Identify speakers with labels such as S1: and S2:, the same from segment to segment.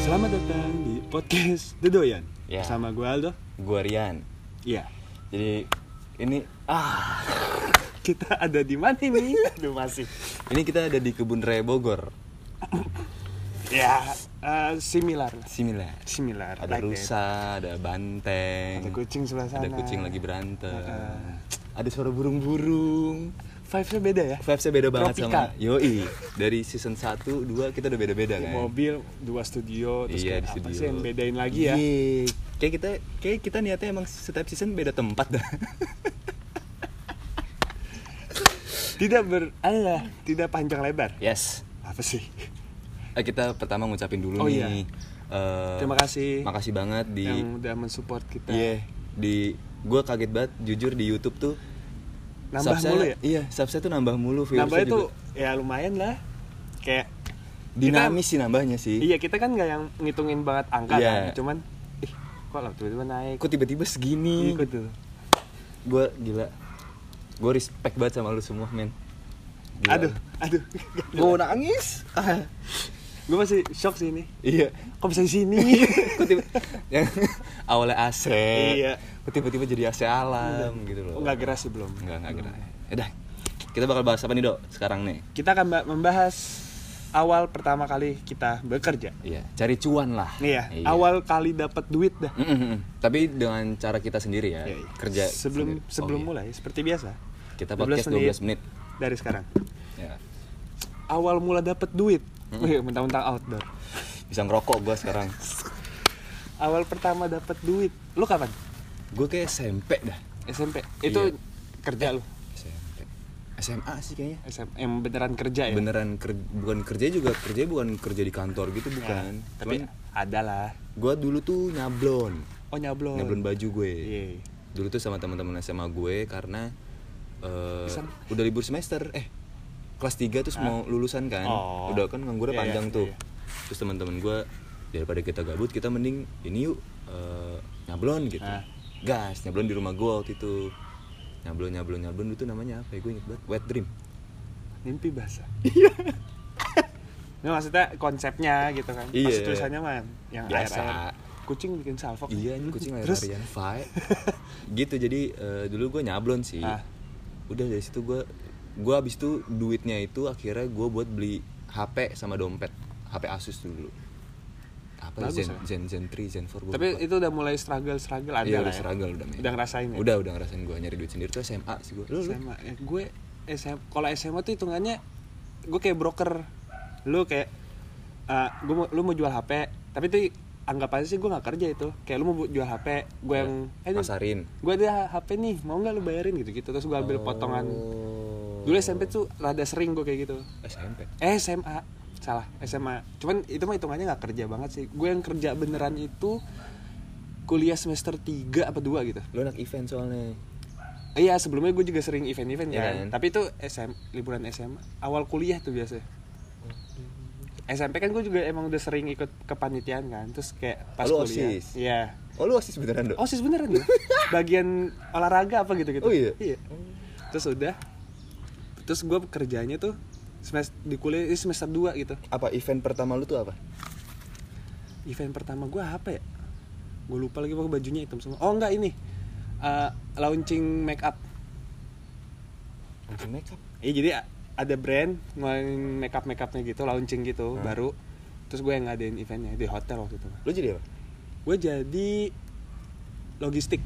S1: Selamat datang di podcast Dedoyan
S2: Ya.
S1: Bersama gue Aldo
S2: Gua Rian.
S1: Iya
S2: Jadi ini ah
S1: Kita ada di mana nih?
S2: aduh masih. Ini kita ada di kebun raya Bogor.
S1: ya eh, Similar lah
S2: Similar.
S1: Similar
S2: Ada
S1: like that.
S2: rusa, ada banteng.
S1: Ada kucing sebelah sana
S2: Ada kucing lagi berantem.
S1: Heeh.
S2: Ada suara burung-burung.
S1: Vibesnya beda ya
S2: Vibes-nya beda banget
S1: Tropical.
S2: sama Yoi. Dari season 1, 2 kita udah beda-beda
S1: Di
S2: kan.
S1: mobil, dua studio Terus
S2: iya,
S1: kayak
S2: di
S1: apa
S2: studio.
S1: sih yang bedain lagi ya
S2: Iya. Kayak kita kayak kita niatnya emang setiap season beda tempat dah.
S1: Tidak ber... alah, Tidak panjang lebar
S2: yes.
S1: Apa sih?
S2: Eh, kita pertama ngucapin dulu
S1: Oh, iya.
S2: nih. Eh,
S1: Terima kasih.
S2: Makasih banget di
S1: Yang udah mensupport kita
S2: Iya, di gue kaget banget jujur di YouTube tuh
S1: Nambah
S2: subsnya-
S1: mulu ya?
S2: Iya, subsnya tuh nambah mulu viewersnya gitu.
S1: Nambahnya tuh
S2: juga.
S1: ya lumayan lah Kayak
S2: dinamis sih nambahnya sih.
S1: Iya kita kan nggak yang ngitungin banget angka
S2: Iya.
S1: kan, cuman ih kok lah tiba-tiba naik.
S2: Kok tiba-tiba segini?
S1: ikut tuh.
S2: Gue gila. Gue respect banget sama lu semua, men. Gila.
S1: Aduh, aduh.
S2: Gua mau nangis. Ah,
S1: Gue masih shock sih ini.
S2: iya.
S1: Kok bisa di sini?
S2: Kok tiba yang awalnya AC.
S1: Iya.
S2: Kok tiba-tiba jadi AC alam gitu loh.
S1: Enggak geras sih belum.
S2: Enggak, enggak gerak. Udah. Kita bakal bahas apa nih, Dok? Sekarang nih.
S1: Kita akan ba- membahas awal pertama kali kita bekerja.
S2: Iya, cari cuan lah. Iya.
S1: Nih ya, awal kali dapat duit dah.
S2: Mm, mm, mm. Tapi dengan cara kita sendiri ya,
S1: Ya, iya.
S2: kerja
S1: sebelum
S2: sendiri.
S1: sebelum
S2: Oh, iya.
S1: mulai seperti biasa.
S2: Kita podcast 12 menit.
S1: dari sekarang.
S2: Ya.
S1: Awal mula dapat duit.
S2: Hmm.
S1: Wih, mentang-mentang outdoor.
S2: Bisa ngerokok gua sekarang.
S1: Awal pertama dapat duit. Lu kapan?
S2: Gue kayak SMP dah.
S1: SMP. Itu
S2: Iya.
S1: kerja lu.
S2: SMP. SMA sih kayaknya.
S1: SM, yang beneran kerja ya?
S2: Beneran ker- bukan kerja juga, kerja bukan kerja di kantor gitu bukan.
S1: Iya. Ya, Tapi
S2: Cuman
S1: ada lah.
S2: gua dulu tuh nyablon.
S1: Oh nyablon.
S2: Nyablon baju gue.
S1: Iya.
S2: Dulu tuh sama teman-teman SMA gue karena eh,
S1: Bisa.
S2: udah libur semester eh kelas 3 terus mau lulusan kan.
S1: Ah. Oh.
S2: Udah kan
S1: Iya,
S2: nganggurnya
S1: iya,
S2: panjang
S1: iya,
S2: tuh.
S1: iya.
S2: Terus teman-teman gue daripada kita gabut kita mending ini yuk eh, nyablon gitu.
S1: Ah.
S2: Gas nyablon di rumah gue waktu itu. Nyablon nyablon nyablon itu namanya apa ya? Gue inget banget wet dream.
S1: Mimpi basah. Iya. Ini maksudnya konsepnya gitu kan. Pas
S2: Iya.
S1: tulisannya mah yang
S2: Biasa.
S1: air-air. Kucing bikin salvo.
S2: Iya ini kucing lahir
S1: Terus
S2: harian Fai. gitu jadi eh, dulu gue nyablon sih.
S1: Ah.
S2: Udah dari situ gue gue abis itu duitnya itu akhirnya gue buat beli HP sama dompet HP Asus dulu. Apa
S1: Bagus,
S2: Zen,
S1: ya?
S2: Zen Zen 3 Zen 4 gua
S1: tapi
S2: lupa.
S1: itu udah mulai struggle-struggle ada lah.
S2: Iya, udah
S1: ya.
S2: struggle udah men.
S1: Udah ngerasain ya?
S2: Udah udah ngerasain gue nyari duit sendiri tuh SMA sih gue. Lu, lu?
S1: SMA. Ya, gue SMA kalau SMA tuh hitungannya gue kayak broker. Lu kayak eh, gue mau, lu mau jual HP, tapi tuh anggap aja sih gue nggak kerja itu. Kayak lu mau bu- jual HP,
S2: Iya,
S1: gue yang eh, ini-
S2: Masarin.
S1: gue ada HP nih mau nggak lu bayarin gitu gitu terus gue ambil potongan
S2: Oh.
S1: dulu SMP tuh rada sering gue kayak gitu
S2: SMP.
S1: eh SMA salah SMA cuman itu mah hitungannya nggak kerja banget sih gue yang kerja beneran itu kuliah semester 3 apa 2 gitu
S2: Lu anak event soalnya.
S1: iya sebelumnya gue juga sering event-event
S2: Iya
S1: kan
S2: kan?
S1: tapi itu SM liburan SMA awal kuliah tuh biasanya
S2: Hmm.
S1: SMP kan gue juga emang udah sering ikut kepanitiaan kan terus kayak pas
S2: Lu
S1: kuliah
S2: OSIS?
S1: iya
S2: Oh lu osis beneran dok?
S1: OSIS beneran ya? Bagian olahraga apa gitu-gitu.
S2: Oh, iya?
S1: Terus udah terus gue kerjanya tuh semester di kuliah ini semester 2 gitu.
S2: Apa event pertama lu tuh apa?
S1: Event pertama gue apa ya? Gue lupa lagi pokoknya bajunya hitam semua. Oh enggak ini. Eh, launching make up.
S2: Untuk makeup.
S1: Iya jadi a- ada brand ngeluarin make up make upnya gitu, launching gitu baru. Terus gue yang ngadain eventnya di hotel waktu itu.
S2: Lu jadi apa?
S1: Gue jadi logistik.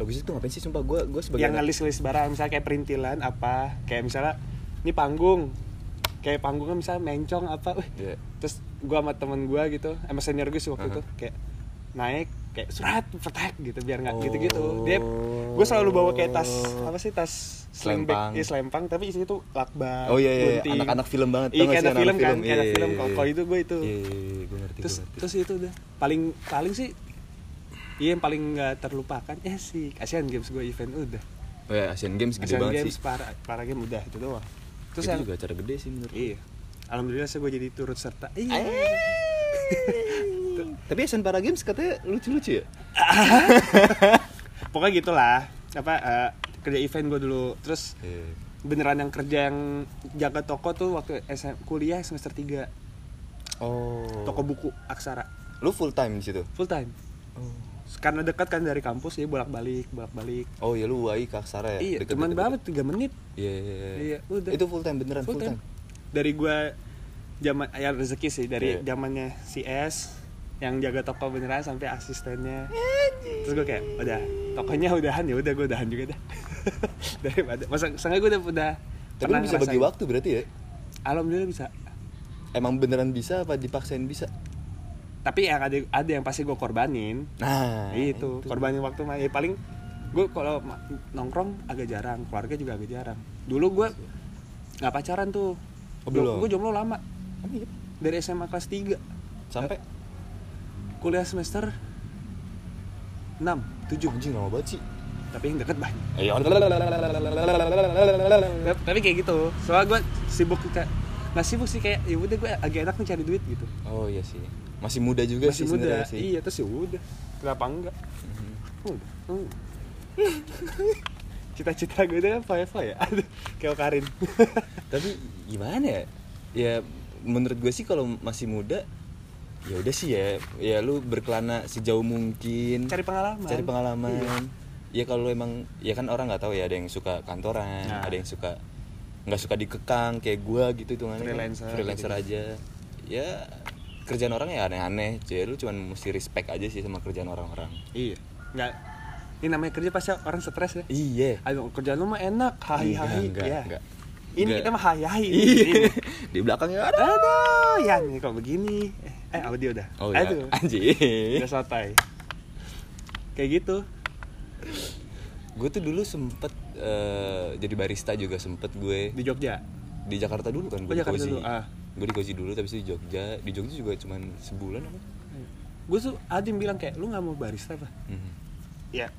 S2: Logis itu ngapain sih sumpah gue gue sebagai
S1: yang
S2: anak-
S1: ngelis-ngelis barang misalnya kayak perintilan apa kayak misalnya ini panggung kayak panggungnya misalnya mencong apa wih.
S2: Iya.
S1: terus gua sama temen gua gitu sama senior gue sih waktu itu kayak naik kayak surat petak gitu biar nggak
S2: Oh.
S1: gitu-gitu dia gue selalu bawa kayak tas apa sih tas sling bag
S2: Selempang.
S1: iya selempang tapi isinya tuh lakban
S2: Oh, iya, iya, iya.
S1: gunting.
S2: Anak-anak film banget,
S1: Ah, iya
S2: tau
S1: kayak
S2: gak sih
S1: anak film
S2: anak
S1: kan
S2: film?
S1: kayak anak
S2: Iya,
S1: film
S2: iya,
S1: kalau
S2: iya.
S1: kalau itu gue itu
S2: Iya, gue ngerti.
S1: terus
S2: gua ngerti.
S1: terus itu udah paling paling sih iya yang paling nggak terlupakan ya sih kasihan games gue event udah
S2: Oh, ya, Asian Games gede
S1: Asian
S2: banget
S1: Games
S2: sih.
S1: para para game udah itu doang. Terus
S2: itu
S1: yang-
S2: juga acara gede sih menurut.
S1: iya. Alhamdulillah saya gue jadi turut serta. Iya.
S2: Eh. Tuh. Tapi Asian Para Games katanya lucu-lucu ya?
S1: Pokoknya gitulah. Apa eh, kerja event gue dulu. Terus beneran yang kerja yang jaga toko tuh waktu SM, kuliah semester 3
S2: Oh.
S1: toko buku Aksara.
S2: Lu full time di situ?
S1: full time Oh. karena dekat kan dari kampus jadi bolak balik bolak balik
S2: Oh ya lu UAI ke Aksara ya?
S1: iya
S2: Deket-deket
S1: cuman
S2: itu.
S1: berapa tiga menit
S2: Iya, iya, iya.
S1: Iya, udah.
S2: Itu full time beneran full,
S1: full time
S2: time.
S1: dari gua zaman ya rezeki sih dari
S2: Iya.
S1: zamannya si S yang jaga toko beneran sampai asistennya terus gue kayak udah tokonya udahan ya udah gue udahan juga dah daripada masa sengaja gue udah udah
S2: Tapi
S1: pernah
S2: lu bisa bagi
S1: ngerasain.
S2: waktu berarti ya?
S1: alhamdulillah bisa
S2: Emang beneran bisa apa dipaksain bisa?
S1: tapi yang ada ada yang pasti gue korbanin
S2: Nah,
S1: Iya, itu, korbanin waktu mah ya paling gue kalau ma- nongkrong agak jarang keluarga juga agak jarang dulu gue nggak pacaran tuh
S2: Oh, belum?
S1: gue jomblo lama dari SMA kelas 3
S2: Sampai
S1: kuliah semester 6 7
S2: anjing lama banget sih.
S1: tapi yang deket banyak
S2: Ayo.
S1: Ta- tapi kayak gitu soalnya gue sibuk kayak nggak sibuk sih kayak ya udah gue agak enak nih cari duit gitu
S2: Oh iya sih. Masih muda juga
S1: masih
S2: sih
S1: muda
S2: sebenarnya sih.
S1: iya terus ya udah kenapa enggak
S2: Mhm.
S1: Udah. Hmm. cita-cita gue itu kan forever ya aduh kayak Karin
S2: Tapi gimana ya? Ya menurut gue sih kalau masih muda ya udah sih ya. Ya lu berkelana sejauh mungkin.
S1: cari pengalaman Iya.
S2: cari pengalaman ya kalau emang ya kan orang nggak tahu ya ada yang suka kantoran
S1: Nah.
S2: ada yang suka nggak suka dikekang kayak gua gitu itu
S1: Freelancer.
S2: freelancer aja ya kerjaan orang ya aneh-aneh jadi lu cuman mesti respect aja sih sama kerjaan orang-orang
S1: iya nggak ini namanya kerja pasti orang stres ya
S2: iya
S1: aduh kerjaan lu mah enak hahi hahi
S2: Enggak, enggak,
S1: ya
S2: enggak.
S1: ini
S2: Enggak.
S1: kita mah hahi hahi
S2: iya di belakangnya ada
S1: Aduh, ya nih kalau begini. Eh, eh, audio dah.
S2: oh ya
S1: Aduh,
S2: anjing
S1: udah sotai. Kayak gitu.
S2: gue tuh dulu sempet eh, jadi barista juga sempet gue
S1: Di Jogja.
S2: di Jakarta dulu
S1: Oh,
S2: kan gue di
S1: Jakarta
S2: Kozi
S1: dulu, ah.
S2: gue di Kozi dulu tapi di Jogja di Jogja juga cuman sebulan apa
S1: Gue tuh ada yang bilang kayak, lu gak mau barista apa?
S2: Mhm.
S1: Ya,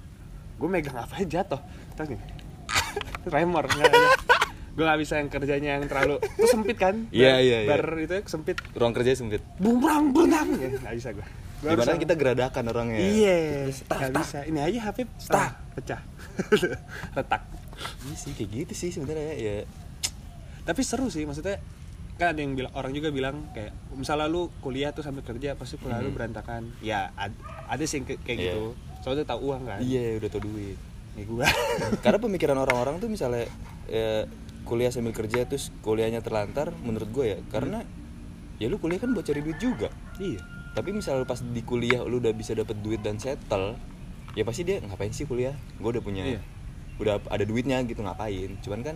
S1: gue megang apa aja jatuh. Terus nih, remor. Gue gak bisa yang kerjanya yang terlalu, tuh sempit kan? Bar-
S2: Iya, iya, iya.
S1: Bar itu ya, sempit.
S2: ruang kerja sempit
S1: Bumbrang, benang. Ya, gak bisa gue.
S2: Dimana kita geradakan orangnya
S1: Iya, gak bisa. Ini aja HP stuck, pecah. Retak.
S2: Iya sih kayak gitu sih sebenarnya ya
S1: tapi seru sih maksudnya kan ada yang bilang orang juga bilang kayak misalnya lu kuliah tuh sambil kerja pasti kuliah lu berantakan ya ad- ada sih yang ke- kayak
S2: Hmm. Iya.
S1: gitu soalnya tahu uang kan
S2: iya udah tau duit
S1: Nih gua
S2: karena pemikiran orang-orang tuh misalnya ya, kuliah sambil kerja terus kuliahnya terlantar menurut gue ya karena ya lu kuliah kan buat cari duit juga
S1: iya
S2: tapi misalnya pas di kuliah lu udah bisa dapet duit dan settle ya pasti dia ngapain sih kuliah gue udah punya
S1: Iya.
S2: udah ada duitnya gitu ngapain cuman kan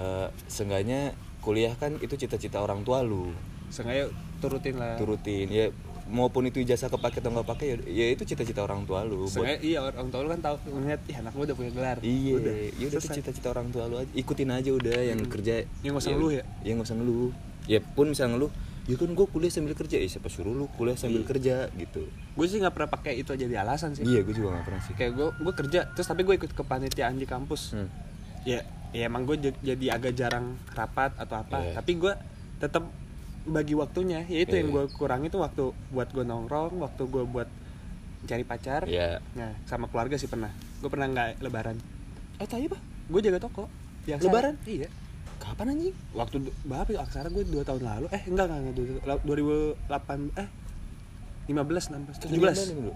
S2: eh, seenggaknya kuliah kan itu cita-cita orang tua lu
S1: sengaja turutin lah
S2: turutin ya maupun itu ijazah kepake atau nggak pakai ya- ya itu cita-cita orang tua lu buat
S1: sengaja iya orang tua lu kan tahu ngeliat ih anak gua udah punya gelar
S2: iya
S1: udah
S2: ya udah itu
S1: selesai.
S2: cita-cita orang tua lu aja ikutin aja udah yang kerja
S1: Ya, nggak usah ngeluh ya?
S2: ya nggak usah ngeluh ya pun misal ngeluh ya kan gue kuliah sambil kerja ya siapa suruh lu kuliah sambil kerja gitu
S1: gua sih nggak pernah pakai itu jadi alasan Iya. sih
S2: iya gue juga nggak pernah sih
S1: kayak gua gua kerja terus tapi gua ikut kepanitiaan di kampus
S2: Hmm.
S1: ya ya emang gue jadi agak jarang rapat atau apa
S2: Iya.
S1: tapi gue tetap bagi waktunya yaitu yang
S2: Iya.
S1: gue kurangi itu waktu buat gue nongkrong waktu gue buat cari pacar
S2: Iya.
S1: nah sama keluarga sih pernah gue pernah nggak lebaran
S2: eh tanya pak
S1: gue jaga toko di Aksara.
S2: Lebaran?
S1: iya
S2: kapan anjing
S1: waktu du- berapa ya aksara gue dua tahun lalu eh enggak enggak, enggak dua- la- 2008 eh 15 16 17
S2: dulu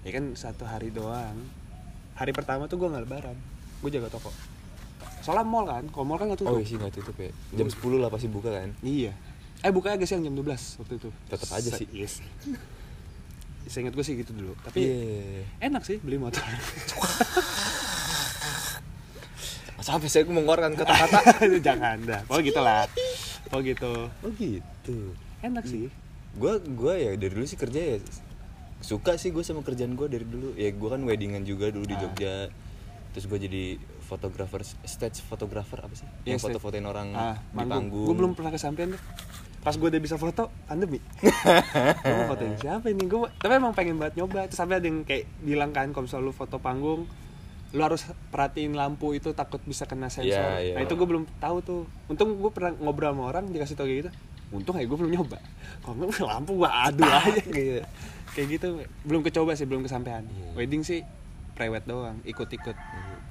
S1: ya kan satu hari doang hari pertama tuh gue nggak lebaran gue jaga toko soalnya mall kan kalau mall kan nggak tutup
S2: oh iya sih nggak tutup ya jam 10 lah pasti buka kan
S1: Iya. Eh bukanya agak siang jam 12 waktu itu.
S2: Tetep aja
S1: Se-
S2: sih.
S1: Iya sih. Seingat gue sih gitu dulu. Tapi
S2: iya
S1: enak sih beli motor.
S2: sampai saya mengeluarkan kata-kata
S1: Jangan dah. Pokoknya gitu lah. Pokoknya gitu. Iya.
S2: oh gitu
S1: Enak sih.
S2: gue gue ya dari dulu sih kerja ya suka sih gue sama kerjaan gue dari dulu ya gue kan weddingan juga dulu
S1: Ah.
S2: di Jogja terus gue jadi fotografer stage photographer apa sih
S1: Iya,
S2: yang
S1: stage.
S2: foto-fotoin orang
S1: Ah,
S2: di panggung
S1: Gue belum pernah kesampean tuh. Pas gue udah bisa foto, pandemi. gue mau fotoin siapa ini? Gue tapi emang pengen banget nyoba. Terus sampai ada yang kayak bilang kan kalau misalnya lu foto panggung, lu harus perhatiin lampu itu takut bisa kena sensor.
S2: Iya, iya.
S1: Nah itu gue belum tahu tuh. Untung gue pernah ngobrol sama orang dikasih tau kayak gitu. Untung ya gue belum nyoba. Kalau nggak lampu gue adu aja gitu. Kayak gitu belum kecoba sih, belum kesampean.
S2: Iya.
S1: Wedding sih prewed doang, ikut-ikut.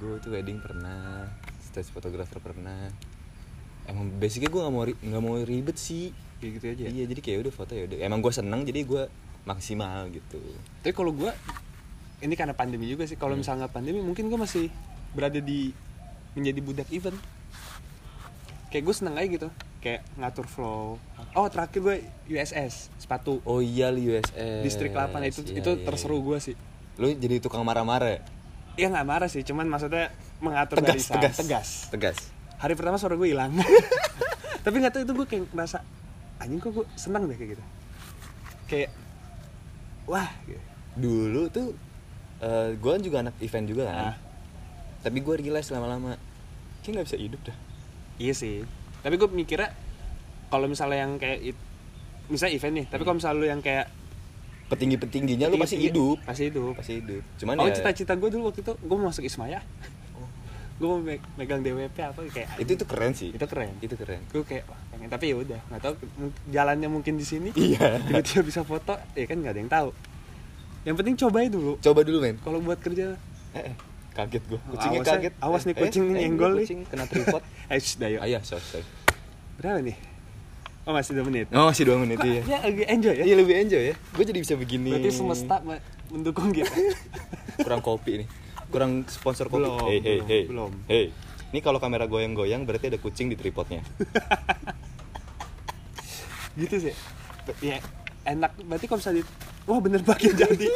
S2: gue tuh wedding pernah stage photographer pernah emang basicnya gue nggak mau ri- nggak mau ribet sih
S1: Kayak gitu aja.
S2: iya jadi kayak udah foto ya udah emang gue seneng jadi gue maksimal gitu
S1: tapi kalau gue ini karena pandemi juga sih
S2: Iya.
S1: kalau misalnya nggak pandemi mungkin gue masih berada di menjadi budak event kayak gue seneng aja gitu kayak ngatur flow oh terakhir gue USS sepatu
S2: oh iya lu USS
S1: distrik 8 itu
S2: Iya,
S1: itu
S2: iya,
S1: terseru
S2: iya.
S1: gue sih
S2: lu jadi tukang marah-marah ya?
S1: ya nggak marah sih cuman maksudnya mengatur
S2: tegas
S1: barisan.
S2: tegas
S1: tegas
S2: tegas
S1: hari pertama suara gue hilang tapi nggak tahu itu gue kayak ngerasa anjing kok gue seneng deh kayak gitu kayak wah gitu.
S2: dulu tuh gue kan juga anak event juga kan
S1: Ah.
S2: tapi gue realize lama-lama kayak nggak bisa hidup dah
S1: Iya sih. Tapi gue mikirnya kalau misalnya yang kayak it- misalnya event nih, tapi kalau misalnya lu yang kayak
S2: petinggi petingginya Hmm. Ya, lu pasti hidup
S1: Pasti hidup.
S2: pasti hidup cuman
S1: oh,
S2: ya Oh.
S1: cita-cita gue dulu waktu itu gue mau masuk Ismaya. gue mau me- megang DWP apa kayak
S2: itu itu keren sih
S1: itu keren.
S2: itu keren
S1: Gue kayak wah, pengen tapi ya udah, nggak tahu m- jalannya mungkin di sini.
S2: Iya.
S1: Tiba-tiba bisa foto, ya kan nggak ada yang tahu. Yang penting cobain dulu.
S2: coba dulu men
S1: Kalau buat kerja
S2: Eh, eh, kaget gue kucingnya
S1: awas ya,
S2: kaget
S1: awas nih
S2: Eh,
S1: kucing
S2: eh,
S1: nih nyenggol
S2: gua
S1: nih.
S2: kucing kena tripod
S1: Eh, shh, dah, yuk.
S2: ayah sorry sorry
S1: Berapa nih? Oh, masih 2 menit.
S2: oh masih dua menit
S1: Kok
S2: iya
S1: dia agak enjoy ya?
S2: iya lebih enjoy ya gue jadi bisa begini
S1: Berarti semesta me- mendukung gitu.
S2: kurang kopi nih kurang sponsor kopi
S1: Belum,
S2: hey hey
S1: belum,
S2: hey
S1: belum.
S2: hey ini kalau kamera goyang-goyang berarti ada kucing di tripodnya
S1: gitu sih ya enak berarti kalau misalnya di- wah bener banget yang jadi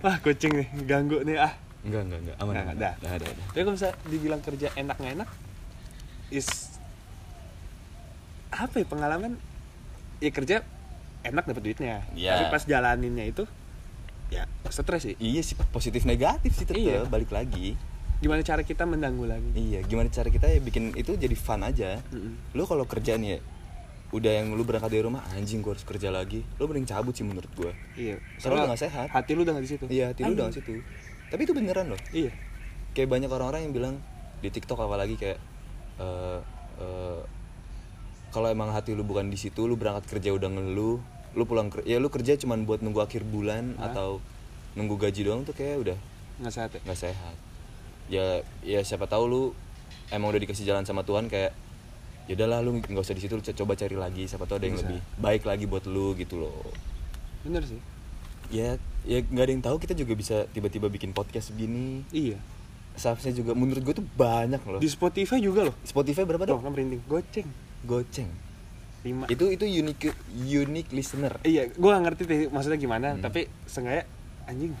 S1: wah kucing nih ganggu nih ah
S2: enggak enggak
S1: Enggak,
S2: enggak aman aman
S1: enggak,
S2: Enggak, enggak, enggak.
S1: tapi kalau misalnya dibilang kerja enak nggak enak is apa ya pengalaman ya kerja enak dapat duitnya
S2: Iya.
S1: tapi pas jalaninnya itu ya stres sih
S2: iya sih positif negatif sih tetep
S1: Iya.
S2: balik lagi
S1: gimana cara kita menanggulangi
S2: Iya, gimana cara kita ya bikin itu jadi fun aja.
S1: Mm-mm.
S2: Lu kalau kerja nih ya, udah yang lu berangkat dari rumah anjing gua harus kerja lagi. Lu mending cabut sih menurut gua.
S1: iya
S2: Soalnya udah nggak sehat.
S1: hati lu udah nggak di situ
S2: Iya, hati lu udah
S1: Anjing.
S2: situ. Tapi itu beneran loh.
S1: iya
S2: Kayak banyak orang-orang yang bilang di TikTok apalagi kayak eh, eh, kalau emang hati lu bukan di situ, lu berangkat kerja udah ngeluh, lu pulang kerja, ya lu kerja cuman buat nunggu akhir bulan
S1: Hah?
S2: atau nunggu gaji doang tuh kayak udah
S1: nggak sehat ya
S2: nggak sehat ya ya siapa tahu lu emang udah dikasih jalan sama Tuhan kayak ya udahlah lu nggak usah di situ lu co- coba cari lagi siapa tahu ada yang
S1: Bisa.
S2: lebih baik lagi buat lu gitu loh
S1: bener sih
S2: ya ya nggak ada yang tahu kita juga bisa tiba-tiba bikin podcast begini
S1: iya
S2: Subsnya juga menurut gue tuh banyak loh
S1: di Spotify juga loh
S2: Spotify berapa
S1: Aduh,
S2: dong
S1: kan merinding. Goceng.
S2: goceng
S1: Lima.
S2: itu itu unique unique listener
S1: Iya, gua gak ngerti deh maksudnya gimana,
S2: Hmm.
S1: tapi sengaja anjing.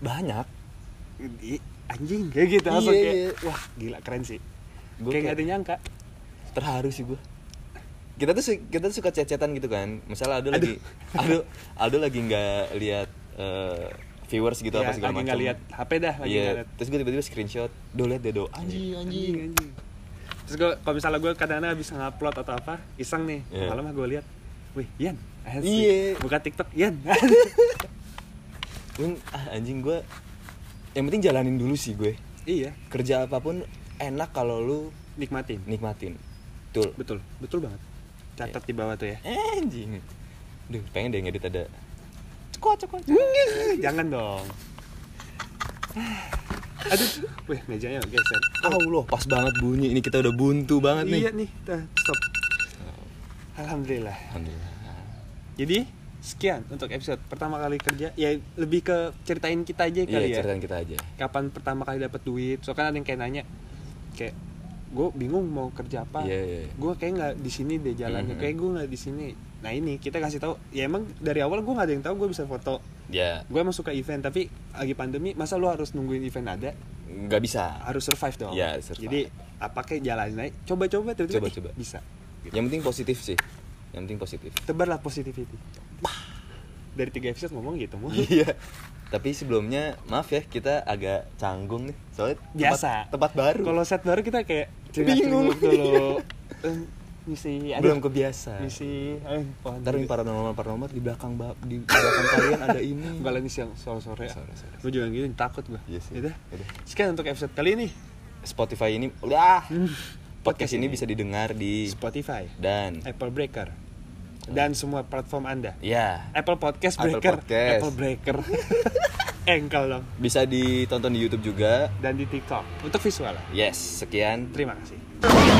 S2: banyak
S1: I- Anjing kayak gitu langsung
S2: Iya,
S1: kayak,
S2: iya.
S1: wah gila keren sih. kayak
S2: Gua kayak-
S1: gak ada yang nyangka.
S2: terharu sih gue kita tuh su- kita tuh suka cecetan gitu kan misalnya Aldo lagi Aldo Aldo lagi nggak lihat eh, viewers gitu
S1: Ya,
S2: apa segala
S1: lagi
S2: macam
S1: nggak lihat HP dah, lagi
S2: Iya,
S1: nggak lihat. Iya.
S2: terus gue tiba-tiba screenshot do lihat deh do anjing anjing
S1: anjing. Terus gua kalau misalnya gua kadang-kadang habis ngupload atau apa, iseng nih.
S2: Iya.
S1: Malam gua lihat, wih, Yan. asik.
S2: Iya.
S1: Buka TikTok, Yan.
S2: Gua- ah, anjing gue yang penting jalanin dulu sih gue
S1: iya,
S2: kerja apapun enak kalau lu
S1: nikmatin.
S2: nikmatin betul
S1: Betul, betul banget.
S2: Iya.
S1: Catat di bawah tuh ya.
S2: anjing duh pengen deh ngedit ada cekok cekok
S1: Jangan dong. Aduh, wih mejanya geser.
S2: Allah pas banget bunyi ini kita udah buntu banget nih
S1: Iya nih, dah, stop. Alhamdulillah.
S2: alhamdulillah
S1: Jadi sekian untuk episode pertama kali kerja. Ya lebih ke ceritain kita aja kali
S2: iya
S1: ya.
S2: ceritain kita aja
S1: Kapan pertama kali dapat duit? Soalnya kan ada yang kayak nanya, kayak gue bingung mau kerja apa.
S2: Iya, iya, iya.
S1: Gue kayak nggak di sini deh jalannya.
S2: Mhm.
S1: Kayak gue nggak di sini. Nah ini kita kasih tahu. Ya emang dari awal gue nggak ada yang tahu gue bisa foto.
S2: ya
S1: Gue emang suka event tapi lagi pandemi masa lu harus nungguin event ada?
S2: nggak bisa
S1: harus survive dong.
S2: Iya, survive.
S1: Jadi apa kayak jalanin aja, coba-coba tiba-tiba
S2: Coba,
S1: ih,
S2: coba.
S1: bisa.
S2: yang penting positif sih yang penting positif
S1: Tebarlah positivity. Dari tiga episode ngomong gitu mulu.
S2: iya tapi sebelumnya maaf ya kita agak canggung nih soalnya tempat-
S1: Biasa.
S2: tempat baru
S1: Kalau set baru kita kayak
S2: Bingung.
S1: cengok-cengok dulu. Eh, misi ada
S2: belum kebiasa
S1: misi eh pohon
S2: ntar ini paranormal paranormal di belakang ba- di belakang kalian ada ini
S1: Enggak lagi siang sore-sore ya.
S2: Sore, sore.
S1: Lu jangan gini takut gua.
S2: Iya sih.
S1: Yaudah.
S2: Yaudah.
S1: Sekian untuk episode kali ini.
S2: Spotify ini udah
S1: Podcast
S2: Hmm. podcast ini
S1: ini.
S2: bisa didengar di
S1: Spotify,
S2: Iya. dan
S1: Apple Breaker dan semua platform Anda.
S2: ya
S1: Apple Podcast
S2: Apple
S1: Breaker,
S2: Podcast.
S1: Apple Breaker. Engkel dong.
S2: bisa ditonton di YouTube juga
S1: dan di TikTok untuk visual.
S2: yes sekian
S1: Terima kasih.